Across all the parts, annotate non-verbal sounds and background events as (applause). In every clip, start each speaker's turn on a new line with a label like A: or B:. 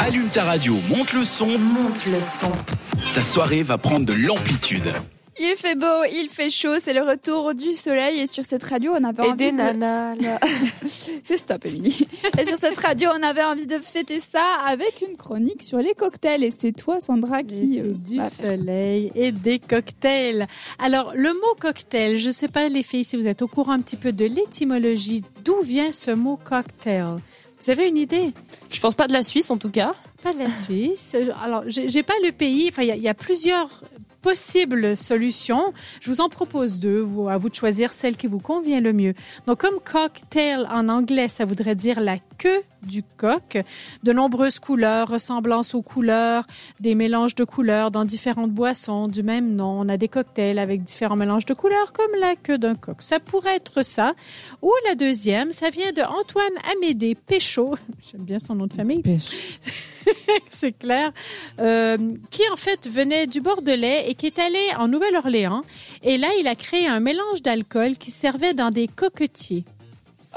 A: Allume ta radio, monte le son.
B: Monte le son.
A: Ta soirée va prendre de l'amplitude.
C: Il fait beau, il fait chaud, c'est le retour du soleil et sur cette radio on avait
D: Et
C: envie
D: des
C: de-
D: nanas, là.
C: (laughs) C'est stop Émilie. et sur cette radio on avait envie de fêter ça avec une chronique sur les cocktails et c'est toi Sandra qui... euh,
E: C'est du
C: va faire
E: soleil et des cocktails. Alors, le mot cocktail, je ne sais pas, les filles, si vous êtes au courant un petit peu de l'étymologie, d'où vient ce mot cocktail Vous avez une idée
D: Je pense pas de la Suisse en tout cas.
E: Pas de la Suisse. Alors, j'ai j'ai pas le pays. Enfin, il y a- il y, a plusieurs possibles solutions. Je vous en propose deux. Vous, à vous de choisir celle qui vous convient le mieux. Donc, comme cocktail en anglais, ça voudrait dire la queue du coq. De nombreuses couleurs, ressemblances aux couleurs, des mélanges de couleurs dans différentes boissons du même nom. On a des cocktails avec différents mélanges de couleurs, comme la queue d'un coq. Ça pourrait être ça. Ou la deuxième, ça vient de Antoine Amédée Péchaud. (laughs) J'aime bien son nom de famille (laughs) c'est clair, euh, qui en fait venait du Bordelais et qui est allé en Nouvelle-Orléans. Et là, il a créé un mélange d'alcool qui servait dans des coquetiers.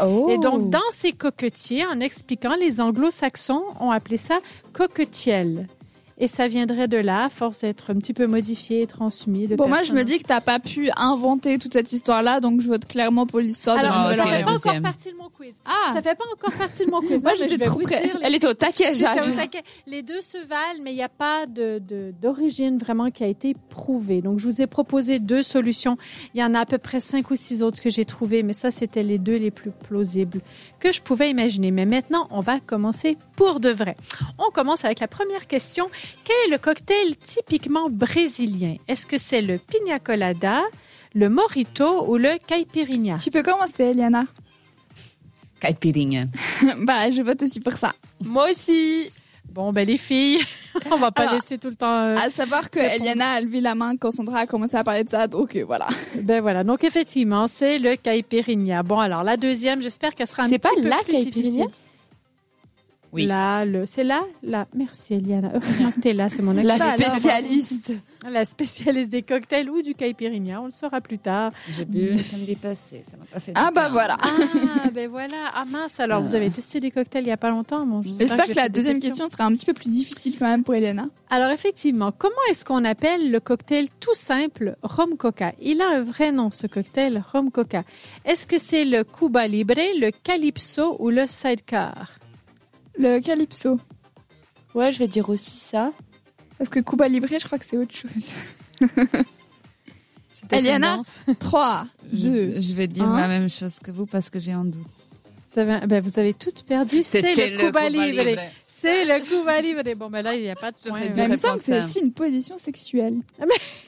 C: Oh.
E: Et donc, dans ces coquetiers, en expliquant, les anglo-saxons ont appelé ça coquetiel. Et ça viendrait de là, à force d'être un petit peu modifié et transmis. De
C: Bon, moi, je
E: personne en
C: me dis que t'as pas pu inventer toute cette histoire-là, donc je vote clairement pour l'histoire de
E: Alors,
C: la
F: Ah,
E: ça
F: c'est
E: fait
F: la
C: Nouvelle-Orléans.
E: pas encore
F: deuxième.
E: partie de mon quiz.
C: Ah,
E: Ça fait pas encore partie de mon quiz.
C: Moi,
E: Non, mais
C: j'étais
E: je vais
C: trop
E: vous
C: près.
E: dire les-
D: Elle est au taquet,
E: J'étais
D: Jade.
E: au taquet. Les deux se valent, mais il n'y a pas de- de- d'origine vraiment qui a été prouvée. Donc, je vous ai proposé deux solutions. Il y en a à peu près cinq ou six autres que j'ai trouvées, mais ça, c'était les deux les plus plausibles que je pouvais imaginer. Mais maintenant, on va commencer pour de vrai. On commence avec la première question. Quel est le cocktail typiquement brésilien? Est-ce que c'est le pina colada, le mojito ou le caipirinha?
C: tu peux commencer, Eliana. (laughs)
F: Caipirinha.
C: bah, je vote aussi pour ça.
D: Moi aussi.
E: Bon, ben, les filles, (laughs) on va pas
C: Alors,
E: laisser tout le temps... euh,
C: À savoir que
E: Répondre.
C: Eliana a levé la main quand Sandra a commencé à parler de ça, donc euh, voilà.
E: Ben voilà, donc effectivement, c'est le caipirinha. Bon, alors la deuxième, j'espère qu'elle sera un
D: C'est
E: petit
D: pas
E: peu
D: la
E: plus
D: caipirinha
E: difficile.
F: Oui.
E: Là, le, c'est là, là. Merci Eliana. (laughs) Heureusement que t'es là, c'est mon
D: La
E: accent.
C: alors.
D: spécialiste.
E: La spécialiste des cocktails ou du caipirinha, on le saura plus tard.
F: J'ai bu samedi passé, ça m'a pas fait.
C: Ah,
F: de
C: bah
F: bien.
C: voilà.
E: Ah, (laughs) ben voilà. Ah mince, alors vous avez testé des cocktails il y a pas longtemps. Bon,
C: J'espère
E: j'ai
C: que la
E: fait des
C: deuxième
E: questions.
C: question sera un petit peu plus difficile quand même pour Eliana.
E: Alors effectivement, comment est-ce qu'on appelle le cocktail tout simple Rum Coca Il a un vrai nom ce cocktail Rum Coca. Est-ce que c'est le Cuba Libre, le Calypso ou le Sidecar
C: Le Calypso.
D: Ouais, je vais dire aussi ça.
C: Parce que Cuba Libre, je crois que c'est autre (laughs) chose.
E: C'était
C: Eliana
E: une danse. (laughs)
C: 3,
F: Je,
C: 2.
F: je vais dire
C: Un.
F: la même chose que vous parce que j'ai un doute.
E: Vous avez, ben, vous avez toutes perdu. C'est le Cuba Libre. C'est le Cuba Libre. Bon, ben là, il n'y a pas de point.
F: J'aurais dû
C: Mais il me
F: réponse,
C: semble que c'est
F: hein.
C: aussi une position sexuelle.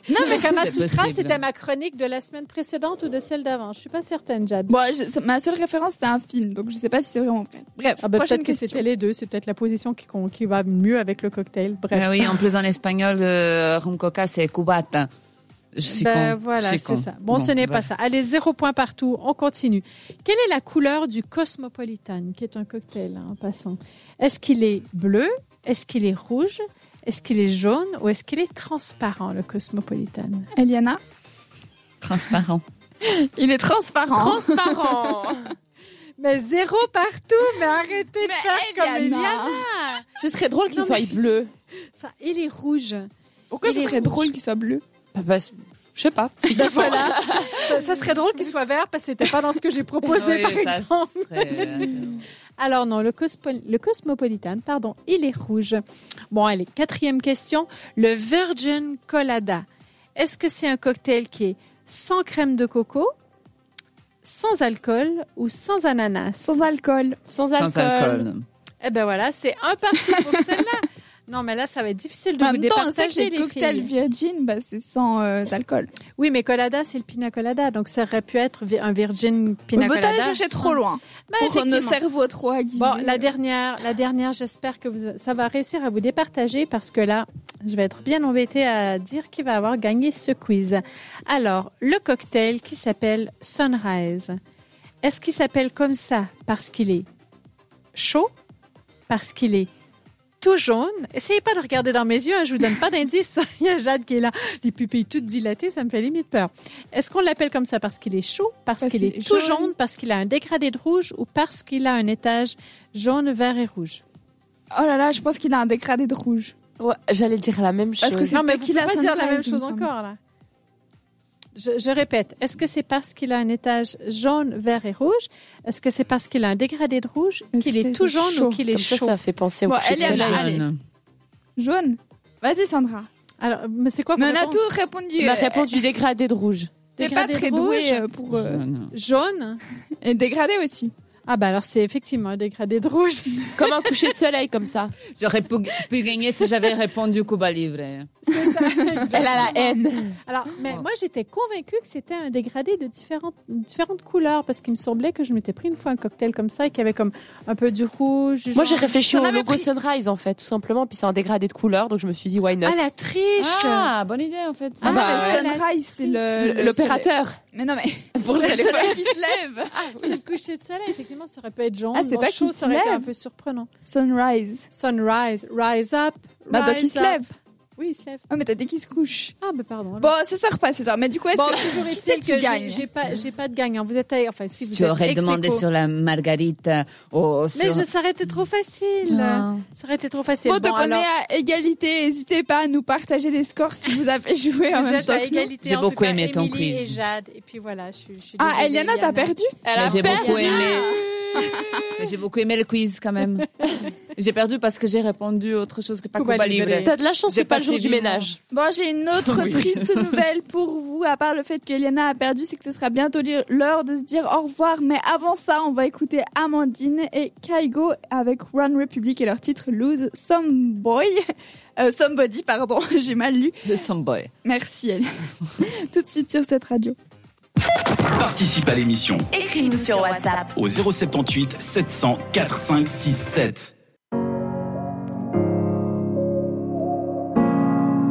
E: Non,
C: (laughs)
E: mais Kama
F: C'est
E: Sutra,
F: possible.
E: c'était ma chronique de la semaine précédente ou de celle d'avant. Je suis pas certaine, Jade.
C: Bon, je- ça- ma seule référence, c'était un film, donc je sais pas si c'est vraiment vrai. Bref,
E: Ah ben,
C: prochaine
E: peut-être que
C: question.
E: c'était les deux. C'est peut-être la position qui, con- qui va mieux avec le cocktail. Bref.
F: Ah oui, en plus en espagnol, euh, rum coca c'est cubata. Je suis
E: Ben
F: con. Je
E: voilà,
F: suis
E: c'est
F: con.
E: ça. Bon, ce n'est
F: voilà.
E: pas ça. Allez, zéro point partout. On continue. Quelle est la couleur du Cosmopolitan, qui est un cocktail hein, en passant Est-ce qu'il est bleu Est-ce qu'il est rouge Est-ce qu'il est jaune Ou est-ce qu'il est transparent, le Cosmopolitan
C: Eliana,
F: Transparent.
C: il est transparent.
E: Transparent (laughs) Mais zéro partout, mais arrêtez de faire comme
C: Eliana.
E: Eliana
D: Ce serait drôle qu'il
E: Non,
D: soit bleu.
E: ça, Il est rouge.
C: Pourquoi
E: Il
C: ce
E: est
C: serait
E: rouge.
C: drôle qu'il soit bleu
D: Bah, bah, je sais pas.
E: voilà. ça, ça serait drôle qu'il soit vert parce que c'était pas dans ce que
D: (laughs)
E: j'ai proposé,
F: Oui,
E: par
F: ça
E: exemple.
F: serait- euh,
E: Alors non, le, cospo- le Cosmopolitan, pardon, il est rouge. Bon, allez, quatrième question. Le Virgin Colada. Est-ce que c'est un cocktail qui est sans crème de coco, sans alcool ou sans ananas
C: Sans alcool.
D: Sans alcool.
F: Sans alcool.
E: Eh ben voilà, c'est un partout pour
C: (laughs)
E: celle-là. Non, mais là, ça va être difficile de
C: Bah, En
E: vous
C: même temps, on sait que
E: départager,
C: les,
E: les
C: cocktails
E: filles.
C: virgin, bah, c'est sans euh, alcool.
E: Oui, mais colada, c'est le pina colada, donc ça aurait pu être vi- un virgin pina
C: On peut
E: colada.
C: aller chercher trop
E: sans-
C: loin
E: Ben,
C: pour nos
E: effectivement.
C: cerveaux trop aiguisés.
E: Bon, la dernière, la dernière, j'espère que vous, ça va réussir à vous départager parce que là, je vais être bien embêtée à dire qui va avoir gagné ce quiz. Alors, le cocktail qui s'appelle Sunrise, est-ce qu'il s'appelle comme ça parce qu'il est chaud, parce qu'il est tout jaune. Essayez pas de regarder dans mes yeux, hein, je vous donne pas d'indice. (laughs) Il y a Jade qui est là, les pupilles toutes dilatées, ça me fait limite peur. Est-ce qu'on l'appelle comme ça parce qu'il est chaud, parce, qu'il est, tout jaune, parce qu'il a un dégradé de rouge ou parce qu'il a un étage jaune, vert et rouge
C: Oh là là, je pense qu'il a un dégradé de rouge.
D: Ouais, j'allais dire la même chose.
C: Parce que c'est
E: Non, mais
C: le
E: vous
C: tequila
E: pouvez pas dire la
C: sunrise,
E: même
C: il
E: chose
C: me semble.
E: encore, là. Je, je répète, est-ce que c'est parce qu'il a un étage jaune, vert et rouge? Est-ce que c'est parce qu'il a un dégradé de rouge,
C: Est-ce
E: qu'il est
C: qu'il
E: tout
C: est
E: jaune ou
C: chaud
E: qu'il est
D: Comme ça,
E: chaud?
D: ça fait penser au
C: Bon,
D: coucher
C: elle
D: de
C: est à
F: Très
C: la-
D: soleil.
C: allez.
F: jaune.
C: Jaune. Vas-y, Sandra.
E: Alors, mais c'est quoi
C: Mais
E: vos
C: on a
E: réponses?
C: tout répondu.
D: On a
C: euh,
D: répondu dégradé de rouge.
C: T'es pas
E: Dégradé
C: très
E: rouge,
C: doué euh, pour. euh,
F: Jaune.
E: Jaune?
C: (laughs) Et dégradé aussi.
E: Ah, bah alors c'est effectivement un dégradé de rouge.
D: Comme un coucher de soleil, comme ça.
F: J'aurais pu, pu gagner si j'avais répondu Cuba Libre.
D: Elle a la haine.
E: Alors, mais
F: Ouais.
E: moi, j'étais convaincue que c'était un dégradé de différentes, différentes couleurs parce qu'il me semblait que je m'étais pris une fois un cocktail comme ça et qu'il y avait comme un peu du rouge. du
D: Moi, j'ai
E: jaune.
D: réfléchi
C: T'en
D: au
C: avais
D: logo
C: pris-
D: Sunrise, en fait, tout simplement. Puis c'est un dégradé de couleur, donc je me suis dit, why not
E: Ah, la triche!
F: Ah, bonne idée en fait.
C: Ah,
D: Ah bah
C: mais
E: ouais.
C: Sunrise, c'est le- le.
D: L'opérateur.
C: Mais non, mais. (laughs)
D: Pour le
C: c'est
D: téléphone.
C: soleil qui se lève.
E: Ah, C'est le coucher de soleil, effectivement, ça aurait pu être jaune.
C: Ah, c'est
E: Bon,
C: pas
E: chaud,
C: qu'il se
E: ça aurait été un
C: lève.
E: peu surprenant.
C: Sunrise.
E: Sunrise, rise up.
C: Bah, donc
E: rise
C: il se
E: up.
C: lève.
E: Oui, il se lève.
C: Oh, mais t'as dit qu'il se couche.
E: Ah, mais pardon.
C: Bon, ce soir pas, ce soir. Mais du coup, est-ce
E: Bon,
C: que.
E: toujours
C: qui
E: est-il
C: c'est qui
E: que
C: gagne
E: j'ai- j'ai pas, j'ai pas de gagnant. Vous êtes, enfin, si,
F: Si
E: vous
F: tu
E: êtes
F: aurais
E: ex
F: demandé
E: aequo.
F: sur la margarita ou
E: Mais
F: sur...
E: je, ça aurait été trop facile.
F: Non.
E: Ça aurait été trop facile.
C: Bon, donc on
E: alors,
C: est à égalité. N'hésitez pas à nous partager les scores si vous avez joué en
E: vous
C: même
E: êtes
C: temps.
E: à
C: que nous.
E: égalité.
F: J'ai
E: en
F: beaucoup
E: tout cas,
F: aimé ton
E: Émilie
F: quiz.
E: Et Jade. Et puis voilà, je, je suis
C: Ah,
E: désolée,
C: Eliana, t'as perdu
D: Elle
F: Mais
D: a
F: j'ai beaucoup
D: perdu.
F: aimé. Mais j'ai beaucoup aimé le quiz quand même. j'ai perdu parce que j'ai répondu autre chose que pas
E: Cuba
F: Cuba
E: Libre.
F: Libre.
D: T'as de la chance,
F: J'ai
D: c'est pas le
F: passé
D: jour du
F: du
D: ménage.
C: Bon, j'ai une
E: (laughs)
C: autre
F: Oui.
C: triste nouvelle pour vous, à part le fait que Eliana a perdu, c'est que ce sera bientôt li- l'heure de se dire au revoir. Mais avant ça, on va écouter Amandine et Kaigo avec One Republic et leur titre Lose Some Boy. Euh, somebody, pardon, (laughs) j'ai mal lu.
F: Le Somboy.
C: Merci Eliana. (laughs) Tout de suite sur cette radio.
A: Participe à l'émission
B: Écris-nous sur WhatsApp.
A: au 078 700 4567.